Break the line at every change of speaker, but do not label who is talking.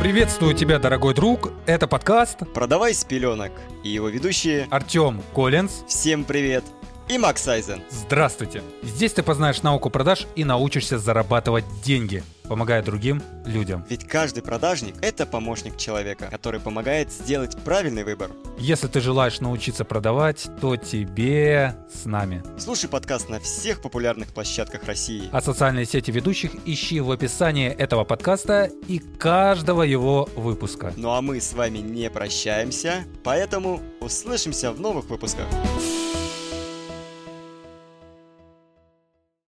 Приветствую тебя, дорогой друг. Это подкаст
«Продавай с пеленок» и его ведущие
Артем Коллинз.
«Всем привет» и Макс Айзен.
Здравствуйте. Здесь ты познаешь науку продаж и научишься зарабатывать деньги, помогая другим людям.
Ведь каждый продажник – это помощник человека, который помогает сделать правильный выбор.
Если ты желаешь научиться продавать, то тебе с нами.
Слушай подкаст на всех популярных площадках России.
А социальные сети ведущих ищи в описании этого подкаста и каждого его выпуска.
Ну а мы с вами не прощаемся, поэтому услышимся в новых выпусках.